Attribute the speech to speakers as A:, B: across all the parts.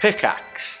A: Pickaxe.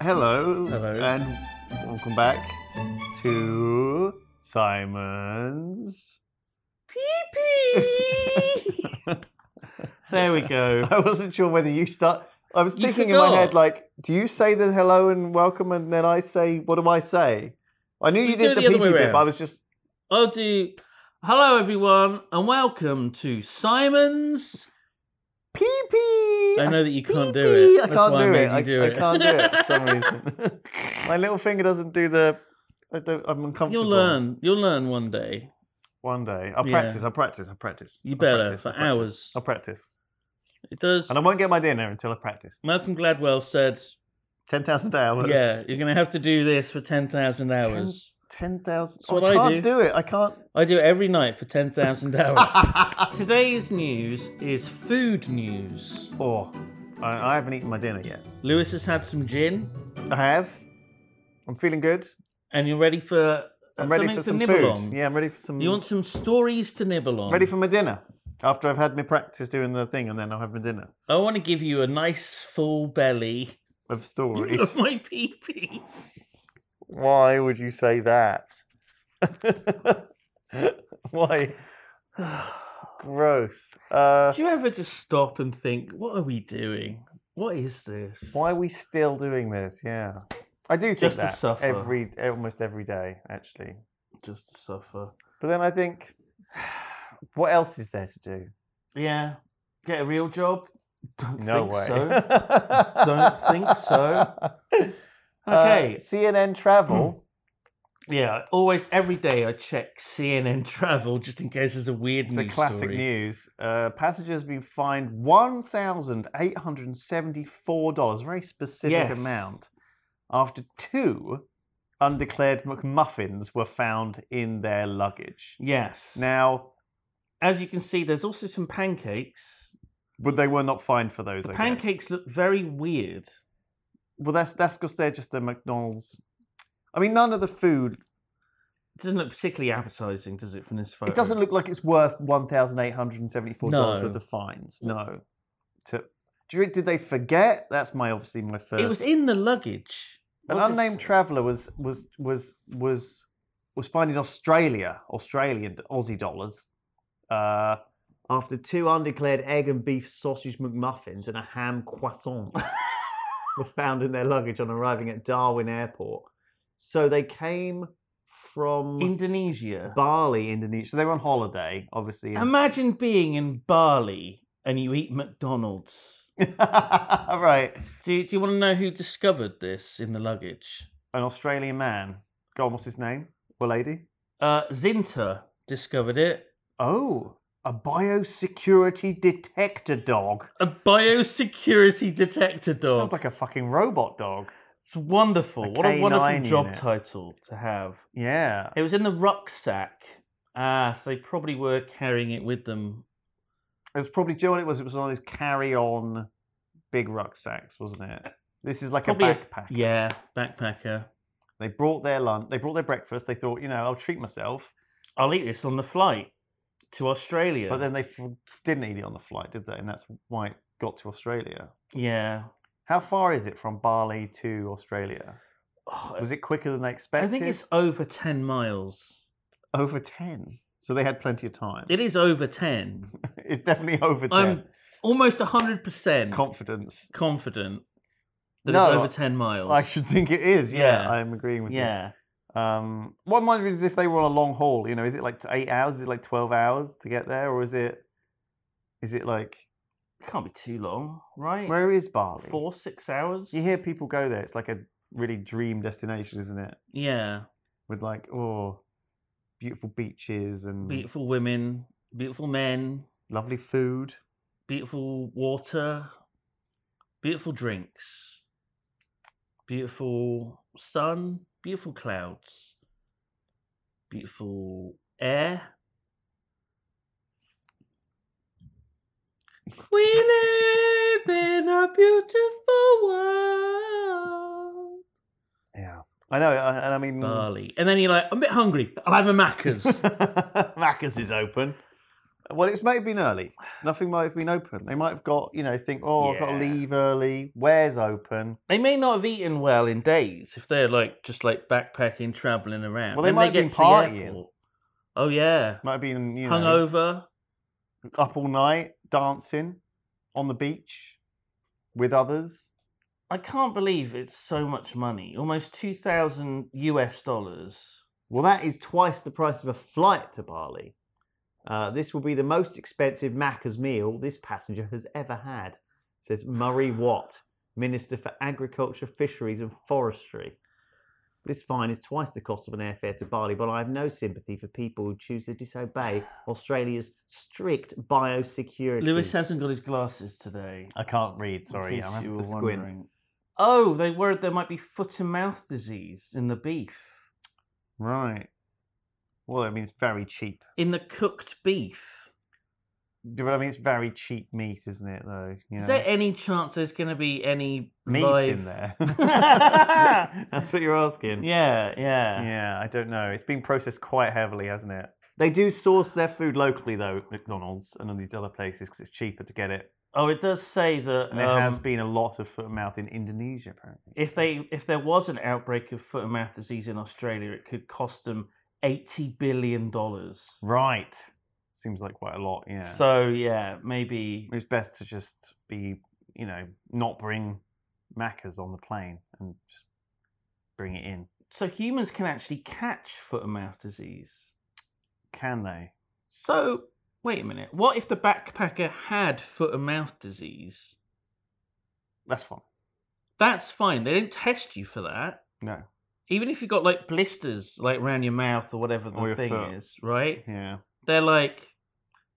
B: Hello.
C: Hello.
B: And welcome back to Simon's.
C: There we go.
B: I wasn't sure whether you start. I was
C: You
B: thinking in my head,
C: forgot.
B: like, do you say the hello and welcome and then I say, what do I say? I knew you,
C: We do
B: did
C: it
B: the,
C: the other
B: pee-pee
C: way
B: bit,
C: round.
B: but I was just.
C: I'll do. Hello, everyone, and welcome to Simon's.
B: Pee pee!
C: I know that you can't do
B: Pee-pee!
C: it.
B: I
C: That's
B: can't
C: why I
B: do
C: made
B: it.
C: you
B: I,
C: do
B: I
C: it.
B: can't do it for some reason. my little finger doesn't do the. I don't, I'm uncomfortable.
C: You'll learn. You'll learn one day.
B: One day. I'll
C: Yeah.
B: practice, I'll practice, I'll practice.
C: You
B: I'll
C: better,
B: practice,
C: for
B: I'll practice,
C: hours.
B: I'll practice.
C: It does.
B: And I won't get my dinner until I've practiced.
C: Malcolm Gladwell said,
B: 10,000 hours.
C: Mm. "Yeah, you're going to have to do this for ten thousand hours.
B: Ten thousand.
C: That's what
B: I
C: I
B: can't do.
C: do.
B: it. I can't.
C: I do it every night for ten thousand hours." Today's news is food news.
B: Oh, I, I haven't eaten my dinner yet.
C: Lewis has had some gin,
B: I have. I'm feeling good.
C: and you're ready for uh,
B: I'm ready for
C: something to
B: some
C: nibble
B: food.
C: on.
B: Yeah, I'm ready for some.
C: You want some stories to nibble on?
B: ready for my dinner after I've had my practice doing the thing, and then I'll have my dinner
C: I want to give you a nice full belly
B: of
C: of
B: stories.
C: my peepees.
B: Why would you say that? Why? Gross. Uh,
C: Do you ever just stop and think, what are we doing? What is this?
B: why are we still doing this? Yeah, I do think
C: Just to
B: that
C: suffer.
B: every almost every day actually.
C: Just to suffer.
B: But then I think, what else is there to do?
C: Yeah. Get a real job? Don't
B: No
C: think
B: way.
C: so. Don't think so.
B: Uh,
C: Okay. Hmm.
B: CNN Travel.
C: yeah. Always, every day, I check CNN Travel just in case there's a weird
B: it's a
C: news
B: classic
C: story.
B: news. Uh, passengers have been fined one thousand eight hundred and seventy-four dollars, very specific
C: Yes.
B: amount, after two undeclared McMuffins were found in their luggage.
C: Yes.
B: Now,
C: as you can see, there's also some pancakes.
B: but they were not fined for those.
C: The
B: I guess.
C: pancakes look very weird.
B: Well, that's that's because they're just the McDonald's. I mean, none of the food
C: It doesn't look particularly appetizing, does it, from this photo?
B: It doesn't look like it's worth one thousand eight hundred and seventy-four dollars
C: No.
B: worth of fines. No. To, do you, did they forget? That's my obviously my first.
C: It was in the luggage.
B: an
C: Was
B: unnamed
C: this-
B: traveller was was was was was fined in Australia, Australian Aussie dollars, uh, after two undeclared egg and beef sausage McMuffins and a ham croissant were found in their luggage on arriving at Darwin Airport. So they came from
C: Indonesia.
B: Bali, Indonesia. So they were on holiday, obviously. in-
C: Imagine being in Bali and you eat McDonald's.
B: right.
C: Do, do you want to know who discovered this in the luggage?
B: An Australian man. Go on, what's his name? Or lady?
C: Uh, Zinta discovered it.
B: Oh, a biosecurity detector dog.
C: A biosecurity detector dog.
B: Sounds like a fucking robot dog.
C: it's wonderful.
B: a
C: what a wonderful
B: canine
C: job
B: unit.
C: title to have.
B: Yeah.
C: It was in the rucksack. Ah, so they probably were carrying it with them.
B: It was probably, do you know what it was? It was one of those carry on big rucksacks, wasn't it? This is like
C: Probably
B: a backpack.
C: Yeah, backpacker.
B: They brought their lunch, they brought their breakfast. They thought, you know, I'll treat myself.
C: I'll eat this on the flight to Australia.
B: But then they f- didn't eat it on the flight, did they? And that's why it got to Australia.
C: yeah,
B: How far is it from Bali to Australia?
C: Oh,
B: Was it quicker than they
C: I
B: expected?
C: think it's over ten miles.
B: over 10. So they had plenty of time.
C: It is over 10
B: it's definitely over 10.
C: I'm almost hundred percent
B: Confidence.
C: confident that
B: No,
C: it's
B: I-
C: over 10 miles.
B: I should think it is. Yeah,
C: Yeah.
B: I'm agreeing with
C: yeah.
B: you. Um, what reminds me is if they were on a long haul. You know, is it like eight hours? Is it like twelve hours to get there, or is it? Is it like
C: It can't be too long, right?
B: where is Bali?
C: Four, six hours?
B: You hear people go there. It's like a really dream destination, isn't it?
C: Yeah.
B: With like oh, beautiful beaches and
C: Beautiful women, beautiful men,
B: lovely food.
C: beautiful water, beautiful drinks, beautiful sun, beautiful clouds, beautiful air. We live in a beautiful world.
B: Yeah, I know. I- And I mean,
C: Bali. And then you're like, I'm a bit hungry. I'll have a Macca's.
B: Macca's is open. Well, it's maybe been early. Nothing might have been open. They might have got, you know, think, oh, I've got to
C: Yeah.
B: leave early. Where's open?
C: They may not have eaten well in days if they're like just like backpacking, traveling around.
B: Well, they
C: Then
B: might have
C: get
B: been
C: to the
B: partying.
C: airport. Oh yeah,
B: Might have been, you know,
C: hungover.
B: up all night, dancing on the beach with others.
C: I can't believe it's so much money. Almost two thousand US dollars.
B: Well, that is twice the price of a flight to Bali. Uh, this will be the most expensive Macca's meal this passenger has ever had, says Murray Watt, Minister for Agriculture, Fisheries and Forestry. This fine is twice the cost of an airfare to Bali, but I have no sympathy for people who choose to disobey Australia's strict biosecurity.
C: Lewis hasn't got his glasses today.
B: I can't read,
C: in
B: sorry.
C: case
B: I'm
C: you
B: having to
C: were
B: squint.
C: wondering. Oh, they worried there might be foot and mouth disease in the beef,
B: Right. Well, I mean, it's very cheap.
C: in the cooked beef.
B: But I mean, it's very cheap meat, isn't it, though? You
C: Is
B: know?
C: there any chance there's going to be any
B: meat
C: live-
B: in there. That's what you're asking.
C: Yeah, yeah.
B: Yeah, I don't know. It's been processed quite heavily, hasn't it? They do source their food locally though, McDonald's and all these other places because it's cheaper to get it.
C: Oh, it does say that
B: And there
C: um,
B: has been a lot of foot and mouth in Indonesia, apparently.
C: if they if there was an outbreak of foot and mouth disease in Australia, it could cost them eighty billion dollars.
B: Right. Seems like quite a lot. Yeah.
C: So yeah, maybe
B: it's best to just be, you know, not bring Macca's on the plane and just bring it in.
C: so humans can actually catch foot and mouth disease.
B: Can they?
C: So wait a minute, what if the backpacker had foot and mouth disease?
B: That's fine.
C: That's fine. They didn't test you for that.
B: No.
C: Even if you got like blisters like round your mouth or whatever the
B: Or your
C: thing
B: foot.
C: is, right?
B: Yeah.
C: They're like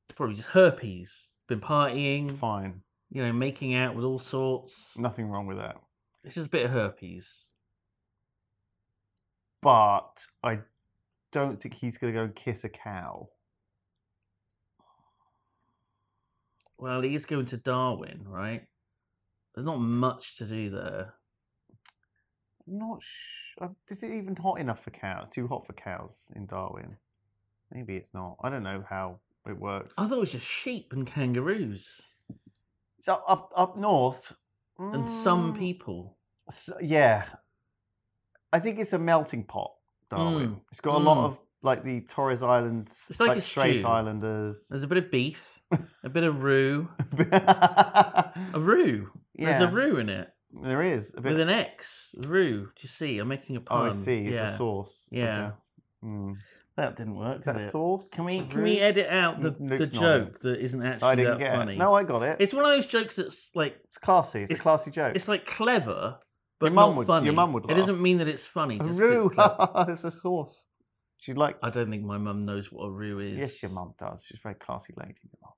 C: it's probably just herpes. Been partying.
B: It's fine.
C: you know, making out with all sorts.
B: Nothing wrong with that.
C: It's just a bit of herpes.
B: but I don't think he's going to go and kiss a cow.
C: Well, he is going to Darwin, right? There's not much to do there.
B: Not sh- uh, is it even hot enough for cows? Too hot for cows in Darwin. Maybe it's not. I don't know how it works.
C: I thought it was just sheep and kangaroos
B: So up up north,
C: and some
B: mm,
C: people.
B: s- yeah, I think it's a melting pot. Darwin.
C: Mm,
B: It's got a lot
C: mm.
B: of like the Torres Islands,
C: It's like a
B: Strait
C: stew.
B: Islanders.
C: There's a bit of beef, a bit of roux, a
B: yeah,
C: roux. There's a roux in it
B: there is a bit.
C: with an X. Roux. Do you see? I'm making a
B: oh,
C: pun.
B: I see. It's
C: yeah.
B: a sauce.
C: Yeah.
B: Okay. Mm.
C: That didn't work.
B: Is that
C: did it?
B: sauce?
C: Can we
B: A
C: can we
B: roux?
C: edit out the,
B: N-
C: the
B: Luke's nodding.
C: joke that isn't actually
B: I didn't
C: that
B: get
C: funny?
B: it. No, I got it. It's,
C: It's one of those jokes that's like
B: classy. It's,
C: it's-
B: a classy joke.
C: it's like clever, but
B: mum
C: not
B: would- your
C: funny.
B: mum would
C: It
B: laugh.
C: doesn't mean that it's funny.
B: a
C: just 'cause
B: roux.
C: it's clever.
B: it's a sauce. She'd like.
C: I don't think my mum knows what a roux is.
B: Yes, your mum does. She's a very classy lady. Your mum.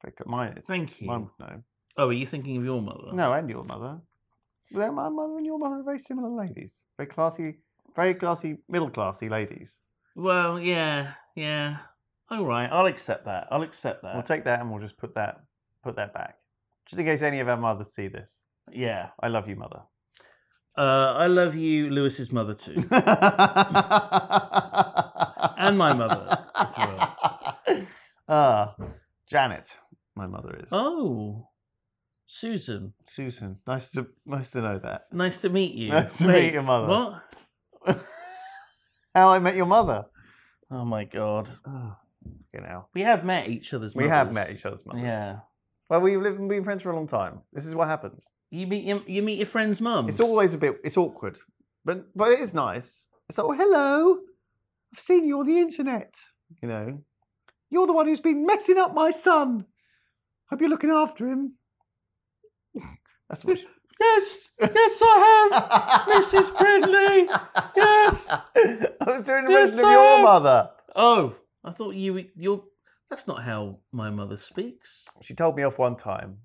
B: Very good. Mine is.
C: Thank you.
B: Mine would know.
C: Oh, are you thinking of your mother?
B: No, and your mother. Well, my mother and your mother are very similar ladies. Very classy, very classy, middle classy ladies.
C: Well, yeah, yeah. All right, I'll accept that. I'll accept that.
B: We'll take that and we'll just put that put that back, just in case any of our mothers see this.
C: yeah.
B: I love you, mother.
C: Uh, I love you, Lewis's mother too.
B: and
C: my mother as
B: well. Uh, Janet, my mother is.
C: oh, Susan,
B: Susan, nice to nice to know that.
C: nice to meet you.
B: Nice to meet
C: Wait,
B: your mother.
C: What?
B: How I met your mother.
C: Oh my god,
B: Oh, you know,
C: we have met each other's.
B: we have met each other's mothers.
C: Yeah.
B: Well, we've lived and been friends for a long time. This is what happens.
C: You meet your, you meet your friend's mum.
B: It's always a bit it's awkward, but but it is nice. It's like, oh hello, I've seen you on the internet. You know, you're the one who's been messing up my son. Hope you're looking after him. That's what.
C: Yes, yes, I have, Mrs. Bradley. Yes.
B: I was doing the
C: Yes,
B: version of
C: I
B: your
C: am.
B: mother.
C: Oh, I thought you you're. That's not how my mother speaks.
B: She told me off one time,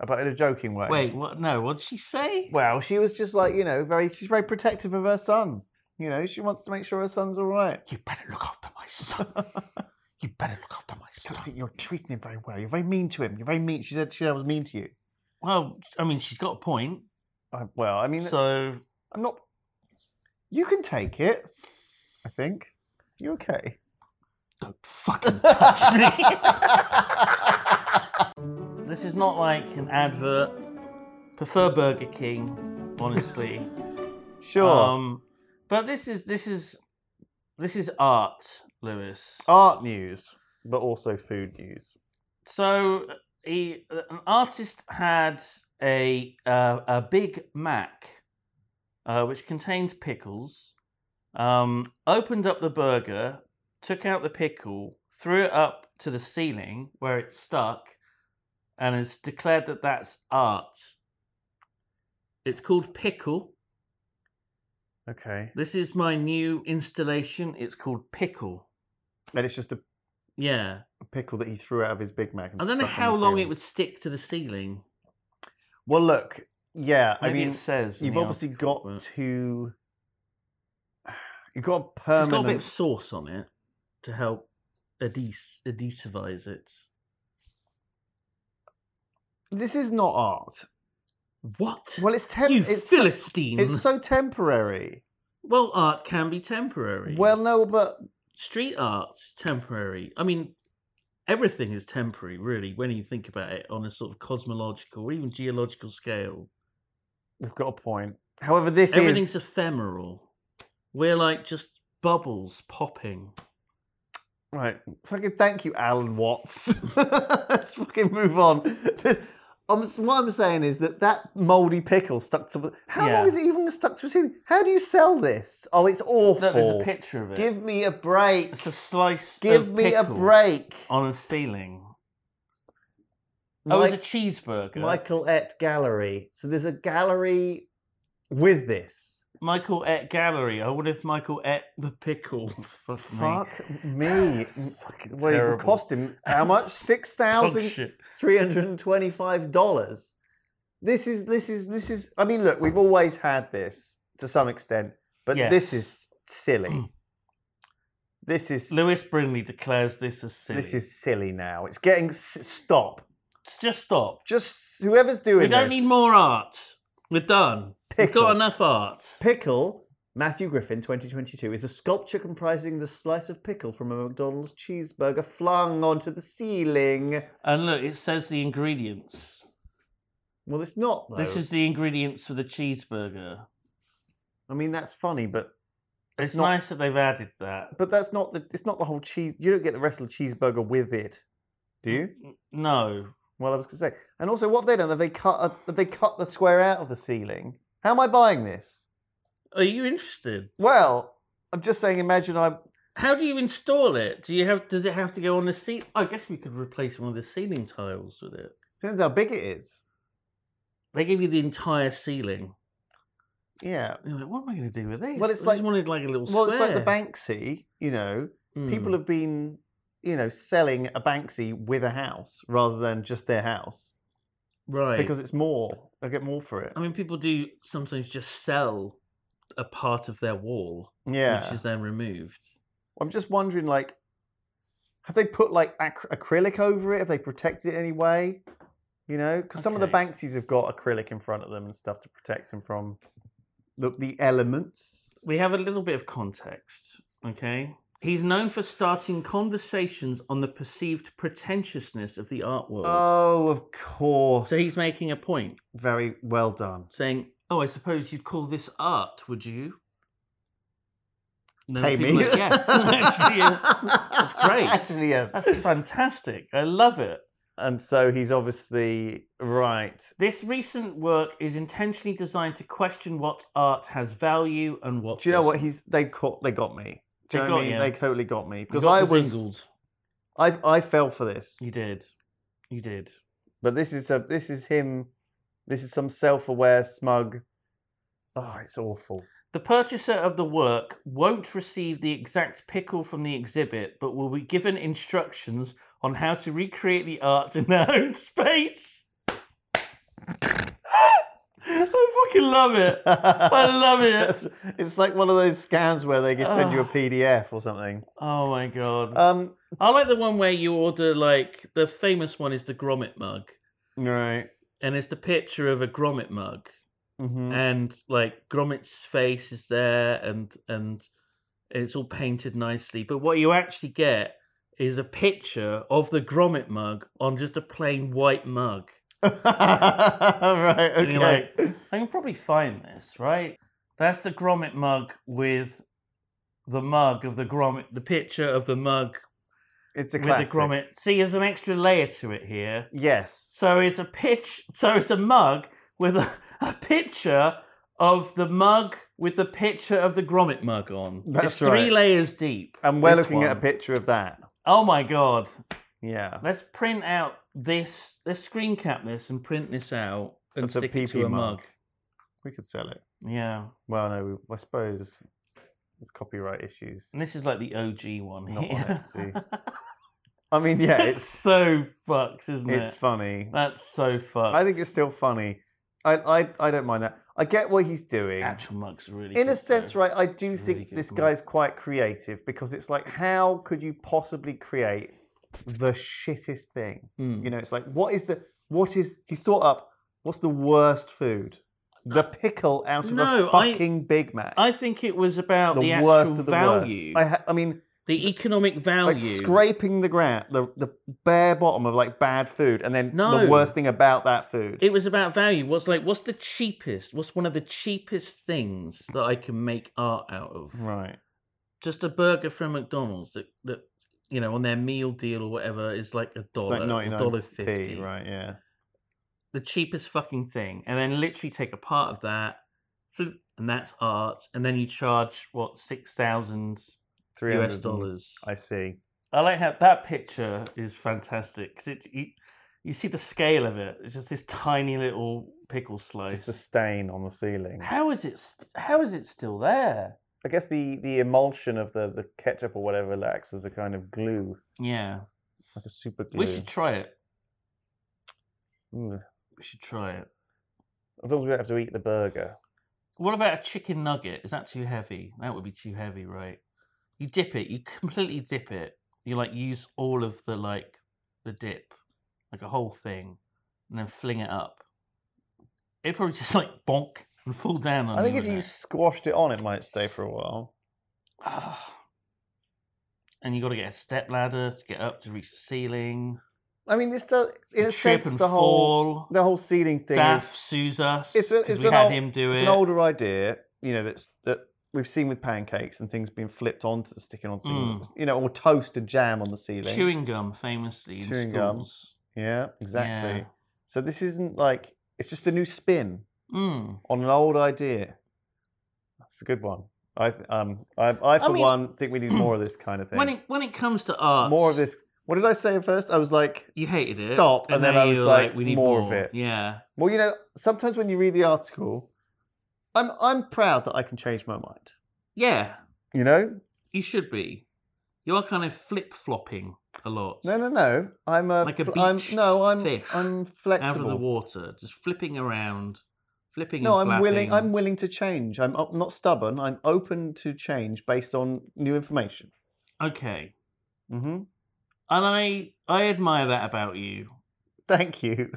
B: about in a joking way.
C: Wait, what? No, what did she say?
B: Well, she was just like you know, very. She's very protective of her son. You know, she wants to make sure her son's all right.
C: You better look after my son. you better look after my
B: I don't
C: son.
B: think you're treating him very well. You're very mean to him. You're very mean. She said she said I was mean to you.
C: Well, I mean, she's got a point.
B: I, well, I mean,
C: So
B: I'm not. You can take it. I think. You okay?
C: don't fucking touch me. this is not like an advert. Prefer Burger King, honestly.
B: Sure.
C: Um, but this is this is this is art, Lewis.
B: Art news, but also food news.
C: So uh, he, an artist had a uh, a Big Mac, uh, which contains pickles. Um, opened up the burger, took out the pickle, threw it up to the ceiling where it stuck, and has declared that that's art. It's called pickle.
B: Okay.
C: This is my new installation. It's called pickle.
B: And it's just a
C: Yeah,
B: pickle that he threw out of his Big Mac. And
C: I don't know
B: stuck on
C: how
B: the
C: long it
B: ceiling.
C: would stick to the ceiling.
B: Well, look. Yeah,
C: Maybe
B: I mean,
C: it says in
B: you've
C: the
B: obviously
C: article,
B: got
C: but-
B: to. You've got a
C: So It's got a bit
B: permanent.
C: of sauce on it to help ades- adhesivize it.
B: This is not art.
C: What?
B: Well, it's temp.
C: you
B: it's so-
C: Philistine!
B: it's so temporary.
C: well, art can be temporary.
B: Well, no, but
C: street art is temporary. I mean, everything is temporary, really, when you think about it on a sort of cosmological or even geological scale.
B: we've got a point. However, this
C: Everything's
B: is
C: ephemeral. We're like just bubbles popping.
B: Right. Fucking thank you, Alan Watts. Let's fucking move on. I'm, what I'm saying is that that mouldy pickle stuck to. How
C: Yeah.
B: long is it even stuck to a ceiling? How do you sell this? Oh, it's awful.
C: Look, there's a picture of it.
B: Give me a break.
C: it's a slice.
B: Give
C: of
B: me a
C: pickle
B: break.
C: on a ceiling. Oh,
B: Mike-
C: it's a cheeseburger.
B: Michael at Gallery. So there's a gallery with this.
C: Michael at gallery. I wonder if Michael at the pickle. Fuck.
B: Fuck me.
C: Fucking
B: well, it would
C: terrible.
B: cost him how much? Six
C: Dog
B: thousand
C: shit.
B: three hundred and twenty-five dollars. This is this is this is. I mean, look, we've always had this to some extent, but this
C: Yes. Mm.
B: is silly. this is
C: Lewis Brinley declares this as silly.
B: this is silly now. It's getting s- stop.
C: S- just stop.
B: Just whoever's doing.
C: We don't
B: this-
C: need more art. We're done. We've
B: Pickle.
C: got enough art.
B: Pickle. Matthew Griffin, 2022, is a sculpture comprising the slice of pickle from a McDonald's cheeseburger flung onto the ceiling.
C: And look, it says the ingredients.
B: Well, it's not though.
C: This is the ingredients for the cheeseburger.
B: I mean, that's funny, but
C: It's,
B: not-
C: nice that they've added that.
B: but that's not the. It's not the whole cheese. You don't get the rest of the cheeseburger with it, do
C: Mm.
B: you?
C: No.
B: Well, I was going to say, and also, what have they done? Have they cut? A, have they cut the square out of the ceiling? How am I buying this?
C: Are you interested?
B: Well, I'm just saying. Imagine I.
C: How do you install it? Do you have? Does it have to go on the seat? I guess we could replace one of the ceiling tiles with it.
B: Depends how big it is.
C: They give you the entire ceiling.
B: Yeah.
C: You're like, what am I going to do with this?
B: Well, it's
C: I
B: like-
C: just wanted like a little.
B: Well, it's like the
C: square.
B: Banksy. You know,
C: Mm.
B: people have been, you know, selling a Banksy with a house rather than just their house
C: right
B: because it's more. They get more for it.
C: I mean, people do sometimes just sell a part of their wall,
B: yeah.
C: which is then removed.
B: I'm just wondering, like, have they put like ac- acrylic over it? Have they protected it anyway? You know, because some of the
C: Okay.
B: Banksies have got acrylic in front of them and stuff to protect them from the, the elements.
C: We have a little bit of context, okay? He's known for starting conversations on the perceived pretentiousness of the art world.
B: Oh, of course.
C: so he's making a point,
B: very well done.
C: saying, "Oh, I suppose you'd call this art, would you?" And then
B: Pay me.
C: people are- yeah, Actually, yeah.
B: that's
C: great.
B: Actually, yes.
C: That's fantastic. I love it.
B: and so he's obviously right.
C: This recent work is intentionally designed to question what art has value and what.
B: Do you know what
C: doesn't.
B: he's? They caught. They got me. Do you
C: They
B: know what I
C: got
B: mean?
C: you.
B: They totally got me
C: You
B: because
C: got
B: I
C: the
B: was.
C: zingled.
B: I I fell for this.
C: You did. You did.
B: But this is a this is him. This is some self-aware smug. Oh, it's awful.
C: The purchaser of the work won't receive the exact pickle from the exhibit, but will be given instructions on how to recreate the art in their own space. I fucking love it. I love it.
B: That's- it's like one of those scans where they can send you a
C: Ah.
B: PDF or something.
C: Oh my god.
B: Um,
C: I like the one where you order like the famous one is the grommet mug,
B: right.
C: and it's the picture of a grommet mug,
B: hmm
C: and like grommet's face is there, and and it's all painted nicely. But what you actually get is a picture of the grommet mug on just a plain white mug.
B: right.
C: And you're
B: Okay.
C: I can probably find this, right? That's the grommet mug with the mug of the grommet, the picture of the mug
B: it's a
C: with
B: classic.
C: the grommet. See, there's an extra layer to it here.
B: Yes.
C: So it's a pitch. So it's a mug with a, a picture of the mug with the picture of the grommet mug on.
B: That's
C: it's three
B: right.
C: layers deep.
B: And we're
C: this
B: looking at a
C: one.
B: picture of that.
C: Oh my god!
B: Yeah.
C: Let's print out this. Let's screen cap this and print this out and
B: That's a
C: stick it
B: PP
C: to a mug.
B: mug. We could sell it.
C: Yeah,
B: Well, no, we- I suppose there's copyright issues.
C: and this is like the OG one
B: Not on
C: here.
B: Etsy. I mean, yeah,
C: it's
B: it's
C: so fucked, isn't
B: it's
C: it?
B: funny.
C: That's so fucked.
B: I think it's still funny. I, I I don't mind that. I get what he's doing.
C: actual mugs are really.
B: In
C: good,
B: a sense,
C: though.
B: right, I do
C: It's really
B: think
C: good
B: this
C: mug.
B: guy's quite creative because it's like, how could you possibly create the shittest thing?
C: Mm.
B: You know, it's like, what is the what is he's thought up? What's the worst food? The pickle out of
C: No,
B: a
C: I-
B: fucking Big Mac.
C: I think it was about the, actual
B: worst of the
C: value,
B: worst. I, ha- I mean,
C: the economic value.
B: like scraping the ground, the the bare bottom of like bad food, and then
C: No.
B: the worst thing about that food.
C: It was about value. What's like? What's the cheapest? What's one of the cheapest things that I can make art out of?
B: right.
C: Just a burger from McDonald's that that you know on their meal deal or whatever is like a
B: It's
C: dollar,
B: like
C: a dollar
B: 99p,
C: fifty.
B: Right. Yeah.
C: The cheapest fucking thing, and then literally take a part of that, flip, and that's art. And then you charge what six thousand
B: Three
C: US
B: hundred
C: dollars.
B: I see.
C: I like how that picture is fantastic because it you, you see the scale of it. It's just this tiny little pickle slice.
B: Just a stain on the ceiling.
C: How is it? St- how is it still there?
B: I guess the the emulsion of the the ketchup or whatever acts as a kind of glue,
C: Yeah,
B: like a super glue.
C: we should try it.
B: Mm.
C: We should try it.
B: As long as we don't have to eat the burger.
C: What about a chicken nugget? Is that too heavy? That would be too heavy, right? You dip it. You completely dip it. You like use all of the like the dip, like a whole thing, and then fling it up. It probably just like bonk and fall down on.
B: I think if
C: wouldn't
B: you
C: it?
B: squashed it on, it might stay for a while.
C: Ah. and you got to get a step ladder to get up to reach the ceiling.
B: I mean, this does in
C: You
B: a
C: trip
B: sense
C: and
B: the whole
C: fall.
B: the whole ceiling thing
C: Daff
B: is
C: sues us.
B: It's a-
C: 'cause
B: it's
C: we
B: an
C: had
B: old-
C: him do
B: it's
C: it.
B: an older idea, you know, that's that we've seen with pancakes and things being flipped onto the sticking on ceiling,
C: Mm.
B: you know, or toast and jam on the ceiling.
C: chewing gum, famously in
B: Chewing gum.
C: schools.
B: Yeah, exactly.
C: Yeah.
B: So this isn't like it's just a new spin.
C: Mm.
B: on an old idea. That's a good one. I th- um I, I for
C: mean-
B: one think we need more of this kind of thing.
C: When it when it comes to art,
B: more of this. What did I say at first? I was like,
C: You hated it.
B: Stop, and then
C: now
B: I was
C: you're
B: like, more of it.
C: Yeah,
B: well, you know, sometimes when you read the article, I'm I'm proud that I can change my mind.
C: yeah.
B: You know?
C: You should be. You are kind of flip flopping a lot.
B: No, no, no. I'm a,
C: Like a
B: fl- I'm
C: beached
B: no, I'm
C: fish
B: I'm
C: out
B: flexible.
C: of the water, just flipping around, flipping.
B: No,
C: and
B: I'm willing.
C: flapping.
B: I'm willing to change. I'm, I'm not stubborn. I'm open to change based on new information.
C: okay,
B: Mm-hmm.
C: and I I admire that about you.
B: Thank you.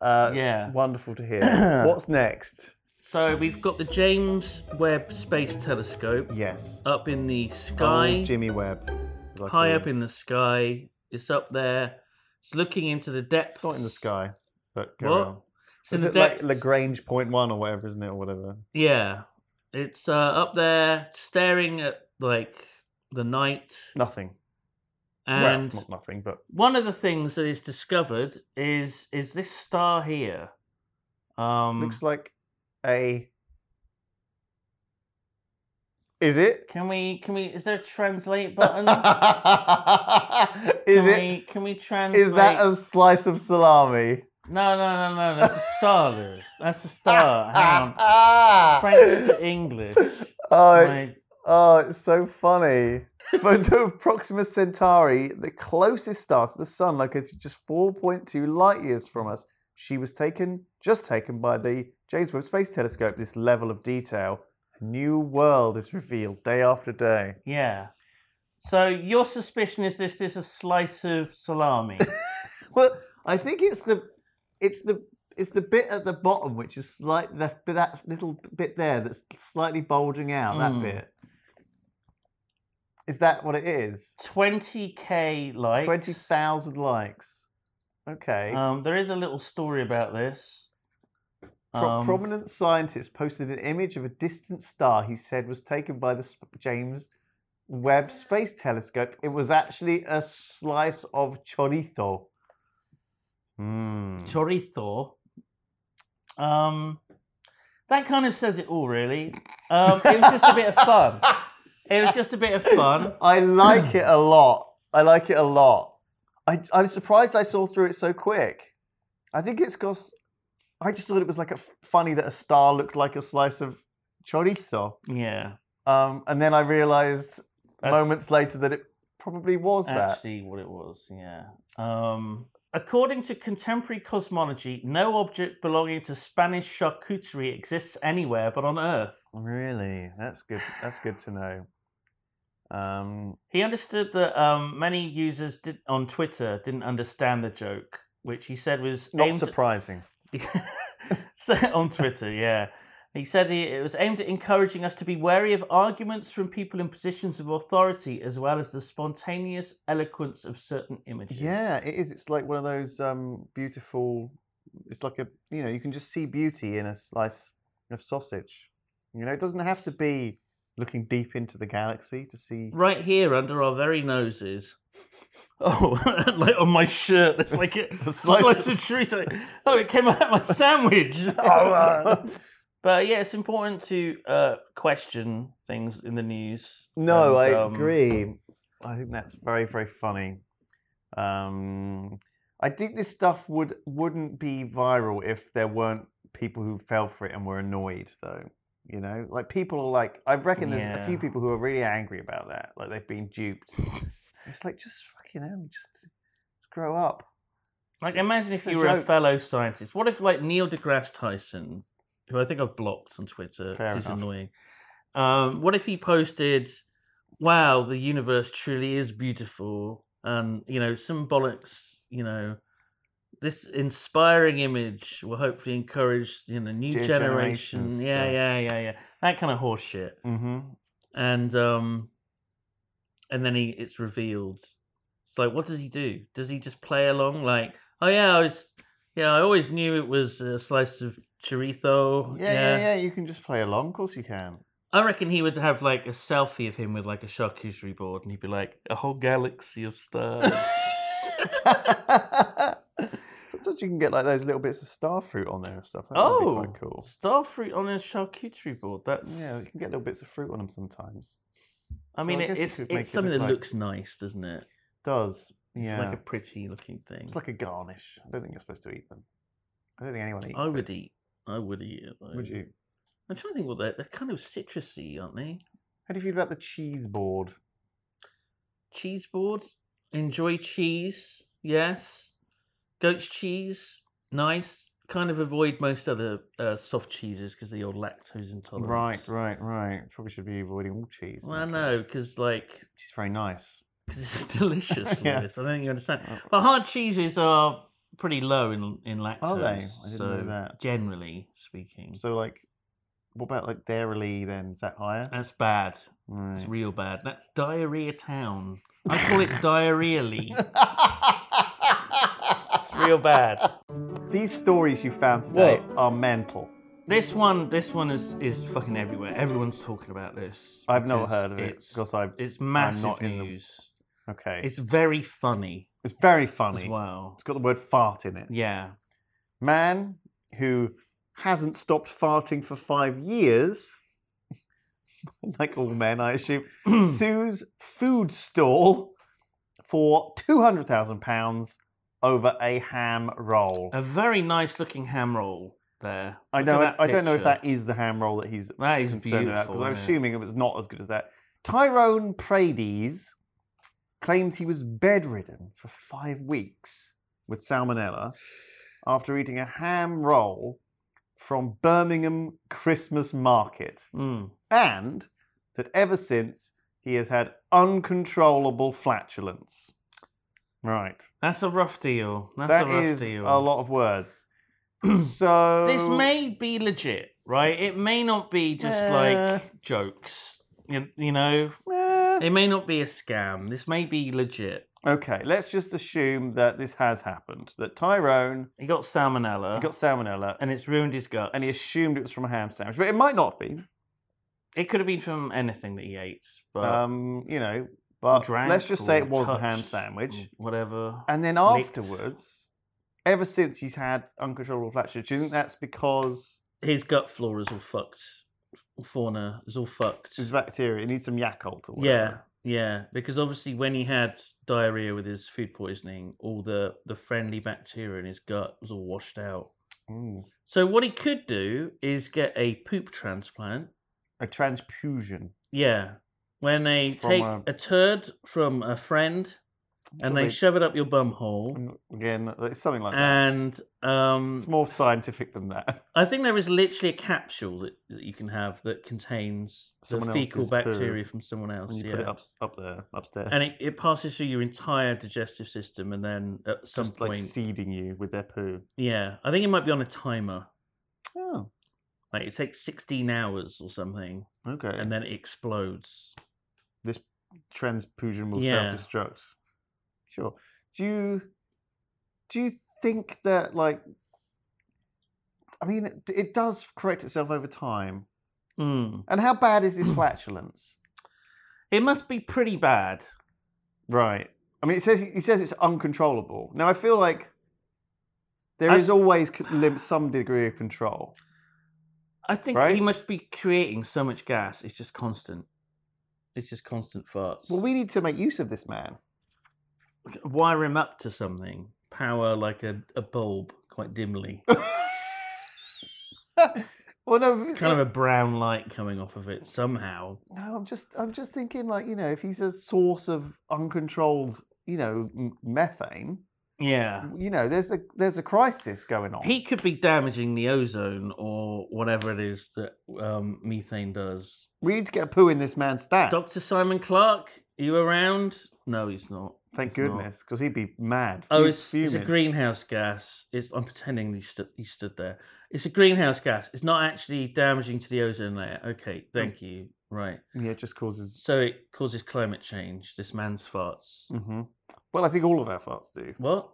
B: Uh,
C: Yeah.
B: yeah, wonderful to hear. What's next?
C: So we've got the James Webb Space Telescope
B: Yes.
C: up in the
B: Oh,
C: sky.
B: Jimmy Webb. as I
C: high
B: call
C: up
B: him.
C: in the sky. It's up there. It's looking into the depths.
B: It's not in the sky, but go
C: What?
B: on.
C: It's in
B: Is
C: the
B: it like
C: depths.
B: Lagrange Point One or whatever, isn't it, or whatever?
C: yeah, it's uh, up there, staring at like the night
B: Nothing.
C: And
B: well, not nothing, but
C: one of the things that is discovered is is this star here. Um,
B: looks like a. Is it?
C: can we can we is there a translate
B: Is
C: button? can
B: it?
C: We, can we translate?
B: Is that a slice of salami?
C: No, no, no, no. That's a star, Lewis. That's a star. Hang on.
B: Ah,
C: French to English.
B: Oh,
C: Like,
B: oh, it's so funny. Photo of Proxima Centauri, the closest star to the sun, located just 4.2 light years from us. She was taken, just taken by the James Webb Space Telescope. This level of detail, a new world is revealed day after day.
C: yeah. So your suspicion is this is a slice of salami.
B: Well, I think it's the, it's the, it's the bit at the bottom which is slight that that little bit there that's slightly bulging out.
C: Mm.
B: That bit. Is that what it is?
C: 20k likes.
B: Twenty thousand likes. Okay.
C: Um, there is a little story about this.
B: Pro-
C: Um,
B: prominent scientist posted an image of a distant star he said was taken by the sp- James Webb Space Telescope. It was actually a slice of chorizo. Mm.
C: chorizo. Um, that kind of says it all, really. Um, it was just a bit of fun. It was just a bit of fun.
B: I like it a lot. I like it a lot. I, I'm surprised I saw through it so quick. I think it's because I just thought it was like a f- funny that a star looked like a slice of chorizo.
C: Yeah,
B: Um, and then I realized
C: That's-
B: moments later that it probably was that.
C: actually, what it was. Yeah. Um, according to contemporary cosmology, no object belonging to Spanish charcuterie exists anywhere but on Earth.
B: Really, that's good. That's good to know. Um,
C: He understood that um, many users did, on Twitter didn't understand the joke, which he said was
B: not
C: aimed at-
B: surprising.
C: so, on Twitter, yeah. He said he, it was aimed at encouraging us to be wary of arguments from people in positions of authority, as well as the spontaneous eloquence of certain images.
B: Yeah, it is. It's like one of those um, beautiful. It's like a you know you can just see beauty in a slice of sausage. You know, it doesn't have to be looking deep into the galaxy to see.
C: Right here, under our very noses. Oh, like on my shirt, that's like a,
B: A
C: slice,
B: slice
C: of
B: of-
C: tree. so- Oh, it came out of my sandwich. Oh, uh. But yeah, it's important to uh, question things in the news.
B: No,
C: and,
B: I
C: um,
B: agree. I think that's very, very funny. Um, I think this stuff would wouldn't be viral if there weren't people who fell for it and were annoyed, though. You know, like people are like, I reckon there's a few
C: Yeah.
B: people who are really angry about that, like they've been duped. it's like just fucking hell, just, just grow up. It's
C: Like,
B: just-
C: imagine
B: it's
C: if
B: just
C: you were a
B: joke.
C: fellow scientist. What if, like, Neil deGrasse Tyson, who I think I've blocked on Twitter,
B: Fair
C: which is
B: enough.
C: annoying. Um, what if he posted, "Wow, the universe truly is beautiful," and you know, some bollocks. You know, this inspiring image will hopefully encourage you know new
B: Dear
C: generation.
B: generations,
C: Yeah,
B: yeah.
C: yeah, yeah, yeah. That kind of horse shit.
B: Mhm.
C: And um, and then he it's revealed. It's like, what does he do? Does he just play along? Like, oh yeah, I was, yeah, I always knew it was a slice of chorizo.
B: Yeah, yeah, yeah. You can just play along. Of course, you can.
C: I reckon he would have like a selfie of him with like a charcuterie board, and he'd be like, a whole galaxy of stars.
B: Sometimes you can get like those little bits of star fruit on there and stuff. That would be
C: oh,
B: quite cool.
C: star fruit on a charcuterie board. That's
B: Yeah, you can get little bits of fruit on them sometimes.
C: I
B: so
C: mean,
B: I
C: it,
B: guess you
C: it's
B: could make
C: it's
B: it
C: something
B: look
C: that
B: like-
C: looks nice, doesn't it?
B: Does
C: It's like
B: yeah?
C: a pretty looking thing.
B: It's like a garnish. I don't think you're supposed to eat them. I don't think anyone eats.
C: I
B: it.
C: would eat. I would eat it. though.
B: Would you?
C: I'm trying to think what they're, they're kind of citrusy, aren't they?
B: How do you feel about the cheese board?
C: Cheese board. Enjoy cheese. Yes. Goat's cheese. Nice. Kind of avoid most other uh, soft cheeses because they're all lactose intolerant.
B: Right, right, right. Probably should be avoiding all cheese. in
C: Well, I
B: that
C: know
B: case,
C: because like
B: Which is very nice.
C: cause it's delicious.
B: Yeah.
C: Lewis. I don't think you understand.
B: Oh.
C: But hard cheeses are pretty low in in lactose.
B: Are they? I didn't know
C: so
B: that.
C: Generally speaking,
B: Uh, So like, what about like dairy then? Is that higher?
C: that's bad. It's
B: Right.
C: real bad. That's diarrhea town. I call it diarrhea league. It's real bad.
B: Hmm. These stories you found today are mental.
C: This one, this one is is fucking everywhere. Everyone's talking about this.
B: I've never
C: because
B: heard of it
C: It's,
B: because I
C: it's massive
B: not in the-
C: news.
B: Okay. It's,
C: It's very funny
B: very funny.
C: as well.
B: It's got the word fart in it.
C: Yeah.
B: Man who hasn't stopped farting for five years, like all men, I assume,
C: Hmm.
B: sues food stall for £200,000 over a ham roll.
C: A very nice looking ham roll there.
B: I
C: Oh, Look
B: don't,
C: at that
B: I don't know if
C: picture.
B: that is the ham roll that he's
C: That is
B: concerned
C: beautiful.
B: about because I'm
C: yeah.
B: assuming it was not as good as that. Tyrone Prades claims he was bedridden for five weeks with salmonella after eating a ham roll from Birmingham Christmas market,
C: Mm.
B: and that ever since he has had uncontrollable flatulence. Right,
C: That's a rough deal. That's
B: That
C: a rough
B: is
C: deal.
B: a lot of words. so
C: This may be legit, right? It may not be just
B: Uh.
C: like jokes. You, you know,
B: Eh.
C: it may not be a scam. This may be legit.
B: Okay, let's just assume that this has happened. That Tyrone
C: He got salmonella,
B: got salmonella
C: Uh-huh. and it's ruined his guts.
B: and he assumed it was from a ham sandwich, but it might not have been.
C: it could have been from anything that he ate, but
B: um, you know, but
C: drank
B: let's just say
C: or
B: it was a ham
C: touched
B: sandwich.
C: or Whatever.
B: And then
C: licked.
B: afterwards, ever since he's had uncontrollable flatulence, do you think that's because
C: his gut flora is all fucked. Fauna is all fucked.
B: his bacteria it needs some Yakult or
C: Yeah,
B: whatever?
C: yeah. Because obviously, when he had diarrhea with his food poisoning, all the the friendly bacteria in his gut was all washed out.
B: Yeah. Mm.
C: So what he could do is get a poop transplant.
B: A transfusion.
C: Yeah, when they
B: From
C: take
B: a-
C: a... turd from a friend and they shove it up your bum hole,
B: Mm, Again, it's something like that.
C: and um,
B: It's more scientific than that.
C: I think there is literally a capsule that, that you can have that contains the
B: Someone
C: fecal
B: else's poo.
C: bacteria from someone else.
B: And you
C: yeah.
B: put it up, up there, upstairs.
C: and it, it passes through your entire digestive system and then at some
B: just
C: point
B: like seeding you with their poo.
C: yeah i think it might be on a timer
B: Oh,
C: like it takes 16 hours or something
B: okay.
C: and then it explodes
B: this transfusion will
C: Yeah.
B: self-destruct. Sure. Do you do you think that like I mean it, it does correct itself over time.
C: mm.
B: And how bad is this flatulence?
C: it must be pretty bad
B: Right. I mean it says it says it's uncontrollable. Now I feel like there
C: I-
B: is always c- lim- some degree of control.
C: i think
B: Right?
C: he must be creating so much gas it's just constant it's just constant farts
B: Well, we need to make use of this man.
C: wire him up to something power like a, a bulb quite dimly
B: Well, no,
C: kind of a brown light coming off of it somehow
B: No, I'm just I'm just thinking like you know if he's a source of uncontrolled you know m- methane,
C: yeah
B: you know there's a there's a crisis going on.
C: He could be damaging the ozone or whatever it is that um, methane does.
B: we need to get a poo in this man's stat.
C: Dr. Simon Clark, you around? No, he's not.
B: Thank
C: He's not.
B: goodness, because he'd be mad.
C: Oh,
B: fu-
C: it's, it's a
B: fuming.
C: greenhouse gas. It's, I'm pretending he, stu- he stood there. It's a greenhouse gas. It's not actually damaging to the ozone layer. Okay,
B: Hmm.
C: thank you. Right.
B: Yeah, it just causes.
C: So it causes climate change, this man's farts.
B: hmm Well, I think all of our farts do.
C: What?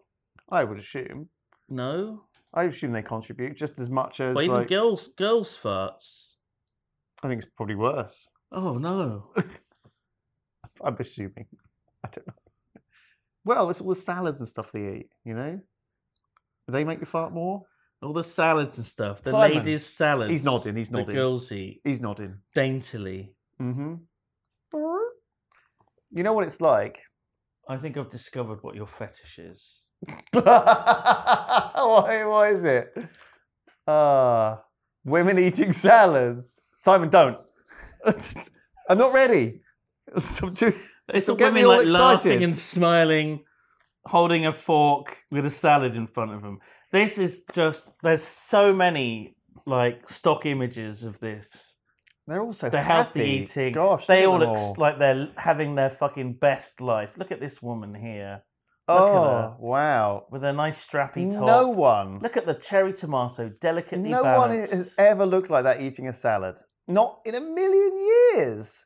B: I would assume.
C: No?
B: I assume they contribute just as much as.
C: Well, even
B: like,
C: girls, girls' farts.
B: I think it's probably worse.
C: Oh, no.
B: I'm assuming. I don't know. Well, it's all the salads and stuff they eat. You know, do they make you fart more.
C: All the salads and stuff. The
B: Simon.
C: ladies' salads.
B: He's nodding, he's
C: The
B: nodding.
C: girls eat
B: He's nodding.
C: daintily.
B: Mm-hmm. You know what it's like?
C: I think I've discovered what your fetish is.
B: why, why is it? Uh, women eating salads. Simon, don't. I'm not ready. I'm too-
C: It's all
B: Don't get me
C: women
B: all
C: like laughing
B: excited.
C: and smiling, holding a fork with a salad in front of them. This is just. There's so many like stock images of this.
B: They're all so
C: The healthy
B: happy.
C: eating.
B: Gosh,
C: they all
B: look at
C: look
B: them
C: s- like they're having their fucking best life. Look at this woman here look at
B: Oh
C: her.
B: wow!
C: with a nice strappy top.
B: No one,
C: Look at the cherry tomato, delicately
B: no one e-
C: balanced.
B: has ever looked like that eating a salad. Not in a million years.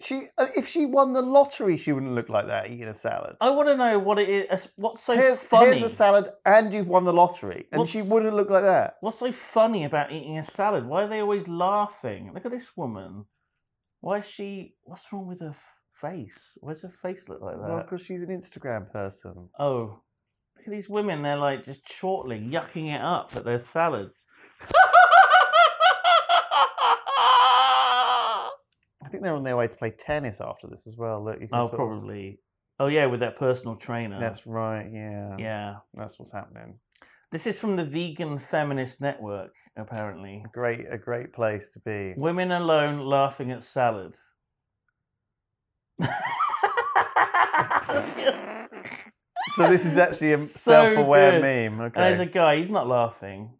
B: She, uh, if she won the lottery, she wouldn't look like that eating a salad.
C: I want to know what it is. What's Oh, so
B: here's,
C: funny?
B: here's a salad and you've won the lottery. And she
C: What's-
B: wouldn't look like that.
C: What's so funny about eating a salad? Why are they always laughing? Look at this woman. Why is she? What's wrong with her f- face? Why does her face look like that?
B: Well, because she's an Instagram person.
C: Oh, look at these women. They're like just chortling, yucking it up at their salads.
B: I think they're on their way to play tennis after this as well. Look, you can
C: oh,
B: sort of-
C: probably. Oh, yeah, with that personal trainer.
B: That's right. Yeah.
C: Yeah.
B: That's what's happening.
C: This is from the Vegan Feminist Network, apparently.
B: A great, a great place to be.
C: Women alone laughing at salad.
B: So this is actually a
C: So
B: self-aware
C: good.
B: meme. Okay.
C: And there's a guy, he's not laughing.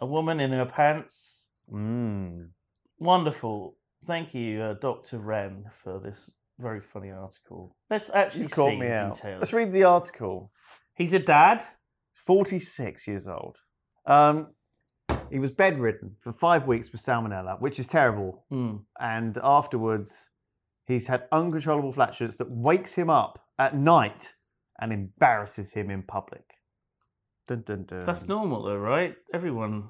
C: A woman in her pants.
B: Mm.
C: Wonderful. Thank you, uh, Dr. Wren, for this very funny article. Let's actually
B: You caught
C: see
B: me
C: the
B: out.
C: details.
B: Let's read the article.
C: He's a dad.
B: 46 years old. Um, he was bedridden for five weeks with salmonella, which is terrible.
C: Mm.
B: And afterwards, he's had uncontrollable flatulence that wakes him up at night and embarrasses him in public. Dun, dun, dun.
C: That's normal, though, right? Everyone,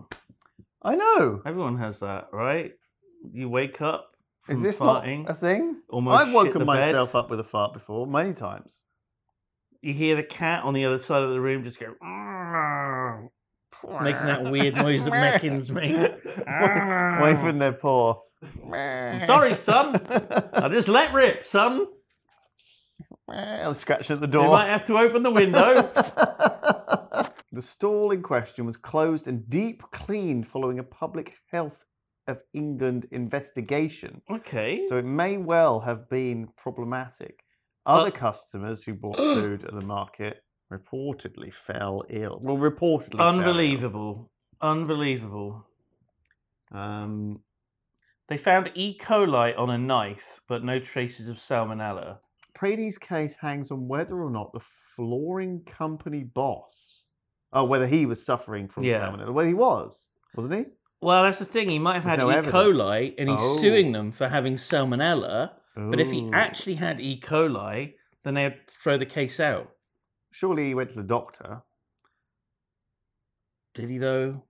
B: I know.
C: everyone has that, right? You wake up.
B: Is
C: from
B: this
C: farting,
B: not a thing?
C: almost
B: I've
C: shit
B: woken
C: the bed.
B: myself up with a fart before many times.
C: You hear the cat on the other side of the room just go making that weird noise that Meckins makes.
B: Waving their paw.
C: I'm sorry, son. I just let rip, son.
B: Scratching at the
C: You
B: door.
C: might have to open the window.
B: the stall in question was closed and deep cleaned following a public health of England investigation.
C: okay.
B: So it may well have been problematic. Other customers who bought food at the market reportedly fell ill. Well, reportedly. fell ill.
C: Unbelievable. Unbelievable.
B: Um,
C: They found E. coli on a knife, but no traces of salmonella.
B: Brady's case hangs on whether or not the flooring company boss, oh, whether he was suffering from
C: Yeah.
B: salmonella. Well, he was, wasn't he?
C: Well, that's the thing. He might have
B: There's
C: had
B: no
C: E.
B: evidence.
C: coli and he's
B: Oh.
C: suing them for having salmonella. But if he
B: Ooh.
C: actually had E. coli, then they'd throw the case out.
B: surely he went to the doctor.
C: Did he though?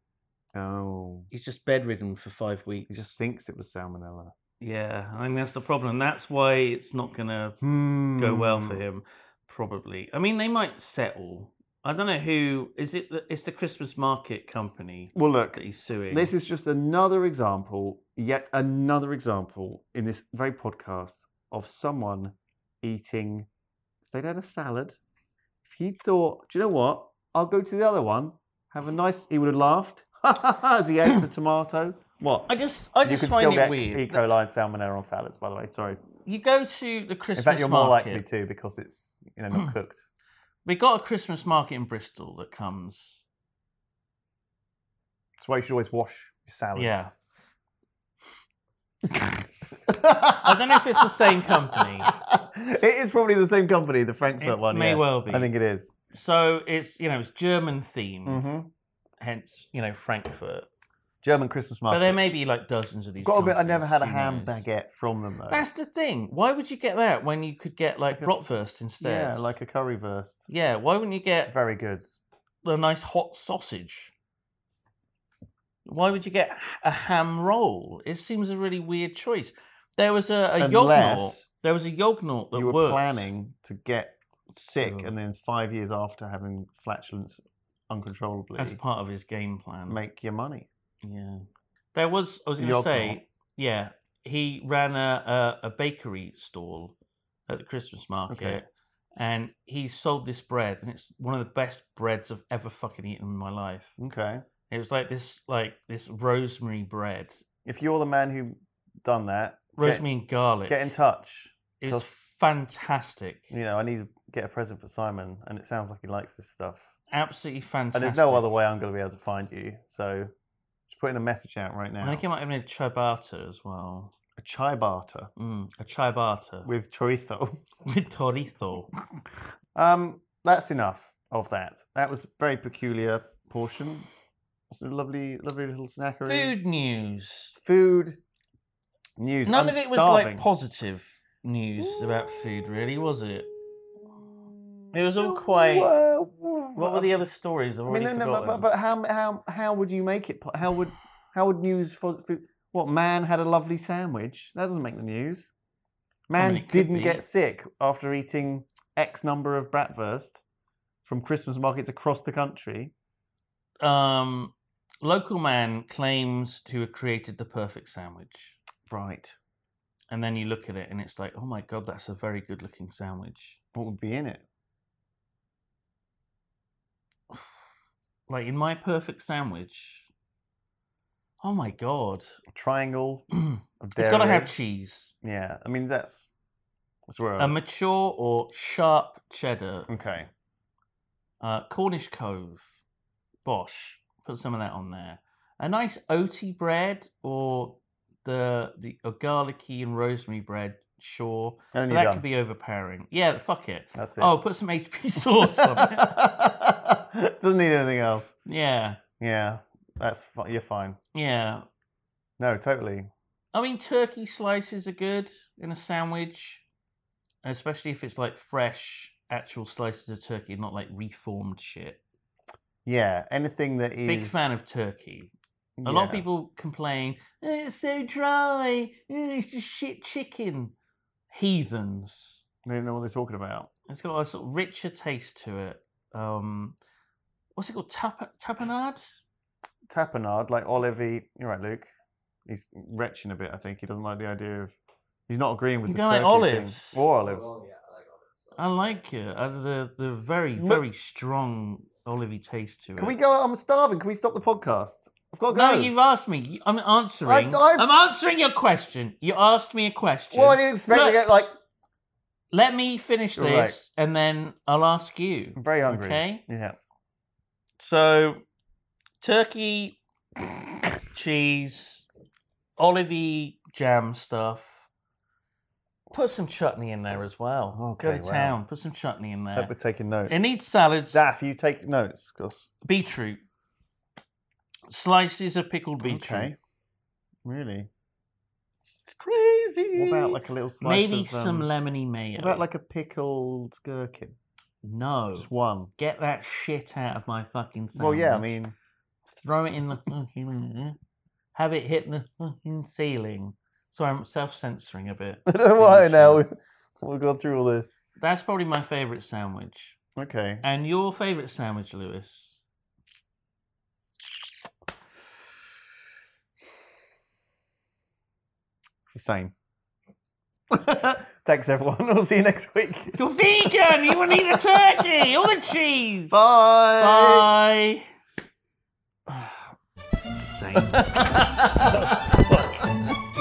B: Oh,
C: He's just bedridden for five weeks.
B: he just thinks it was salmonella.
C: Yeah, I think that's the problem. That's why it's not going to
B: Hmm.
C: go well for him, probably. I mean, they might settle. I don't know who is it. The, it's the Christmas market company
B: Well, look,
C: that he's suing.
B: this is just another example, yet another example in this very podcast of someone eating. If they'd had a salad, if he thought, do you know what? I'll go to the other one, have a nice. He would have laughed as he ate the tomato. What?
C: I just, I
B: you
C: just
B: can
C: find
B: still
C: it
B: get
C: weird.
B: E. coli and salmonella on salads, by the way. Sorry.
C: You go to the
B: In
C: Christmas
B: fact, you're more
C: market.
B: likely to because it's you know not cooked.
C: We got a Christmas market in Bristol that comes.
B: That's why you should always wash your salads.
C: Yeah. I don't know if it's the same company.
B: it is probably the same company, the Frankfurt
C: It
B: one.
C: may
B: yeah.
C: well be.
B: I think it is.
C: So it's you know it's German themed,
B: Mhm.
C: hence you know Frankfurt.
B: German Christmas market.
C: But there may be like dozens of these.
B: Got a bit. I never
C: companies,
B: had a
C: who
B: ham
C: knows?
B: baguette from them though.
C: That's the thing. Why would you get that when you could get like,
B: Like a-
C: bratwurst instead?
B: yeah, like a curry burst.
C: yeah. Why wouldn't you get
B: Very good.
C: a nice hot sausage? Why would you get a ham roll? It seems a really weird choice. There was a, a yogurt.
B: Unless
C: There was a yogurt that
B: you were
C: works.
B: planning to get sick,
C: So-
B: and then five years after having flatulence uncontrollably,
C: That's part of his game plan.
B: make your money.
C: Yeah. There was, I was going to
B: Yogurt.
C: say, yeah, he ran a, a, a bakery stall at the Christmas market and he sold this bread and it's one of the best breads I've ever fucking eaten in my life.
B: Okay.
C: It was like this, like this rosemary bread,
B: If you're the man who done that,
C: rosemary and garlic.
B: get, get in touch.
C: it was
B: just-
C: fantastic.
B: You know, I need to get a present for Simon, and it sounds like he likes this stuff.
C: Absolutely fantastic.
B: And there's no other way I'm going to be able to find you. So just putting a message out right
C: I
B: now.
C: think it might have been a ciabatta as well.
B: A chai barter
C: Mm, a ciabatta with,
B: with chorizo.
C: with chorizo.
B: Um, that's enough of that. That was a very peculiar portion. It's a lovely, lovely little snackery.
C: Food news.
B: Food news. I'm
C: None of it was
B: starving.
C: like positive news about food, really, was it? It was all quite.
B: Well,
C: What were the other stories? I've
B: Mm. I mean,
C: already
B: no, no, but,
C: forgotten.
B: but, but how how how would you make it? po- How would how would news for food? What man had a lovely sandwich? That doesn't make the news.
C: mean,
B: Man
C: it could
B: didn't
C: be.
B: get sick after eating X number of bratwurst from Christmas markets across the country.
C: Um, local man claims to have created the perfect sandwich,
B: Right.
C: and then you look at it and it's like, oh my god, that's a very good looking sandwich.
B: What would be in it?
C: Like in my perfect sandwich. Oh my god,
B: A triangle
C: it's
B: of dairy.
C: got to have cheese.
B: Yeah, I mean, that's. That's where I
C: A
B: was.
C: mature or sharp cheddar,
B: okay.
C: uh, Cornish Cove, Bosch. Put some of that on there. A nice oaty bread or the the or garlicky and rosemary bread. Sure,
B: And then
C: But
B: you're
C: that
B: done.
C: could be overpowering. Yeah, fuck it.
B: That's it.
C: Oh, put some HP sauce on it.
B: Doesn't need anything else.
C: Yeah,
B: Yeah, that's fi- you're fine.
C: yeah.
B: No, totally.
C: I mean, turkey slices are good in a sandwich, especially if it's like fresh, actual slices of turkey, not like reformed shit.
B: Yeah, anything that is
C: Big fan of turkey. A lot of
B: Yeah.
C: people complain, "Eh, it's so dry, Eh, it's just shit chicken. Heathens.
B: They don't know what they're talking about.
C: It's got a sort of richer taste to it. Um, what's it called? Tap- tapenade?
B: Tapenade, like Olivey. You're right, Luke. He's retching a bit. I think he doesn't like the idea of. He's not agreeing with
C: You
B: the
C: don't like
B: turkey thing.
C: olives?
B: or olives.
C: I like it. Uh, the the very
B: Look-
C: very strong olivey taste to it.
B: Can we go? I'm starving. Can we stop the podcast? I've got to
C: No,
B: go.
C: you've asked me. You- I'm answering.
B: I've-
C: am answering your question. You asked me a question.
B: Well, I didn't expect to
C: Look,
B: get like.
C: Let me finish this,
B: Right.
C: and then I'll ask you.
B: I'm very hungry.
C: Okay.
B: Yeah.
C: So, turkey, cheese, olivey jam stuff. Put some chutney in there as well. Go
B: Okay,
C: to
B: wow.
C: town. Put some chutney in there.
B: Hope we're taking notes.
C: It needs salads.
B: Daff, you take notes, because
C: beetroot. Slices of pickled beetroot.
B: okay, really.
C: It's crazy.
B: What about like a little slice
C: maybe
B: of,
C: some
B: um,
C: lemony mayo?
B: What about like a pickled gherkin?
C: no.
B: Just one.
C: Get that shit out of my fucking sandwich.
B: Well, yeah, I mean,
C: throw it in the fucking have it hit the fucking ceiling. So I'm self-censoring a bit.
B: I don't know why now we- we'll go through all this.
C: That's probably my favorite sandwich.
B: Okay.
C: And your favorite sandwich, Lewis?
B: It's the same. Thanks, everyone. We'll see you next week.
C: You're vegan. you wouldn't eat the turkey or the cheese.
B: Bye.
C: Bye.
B: Bye.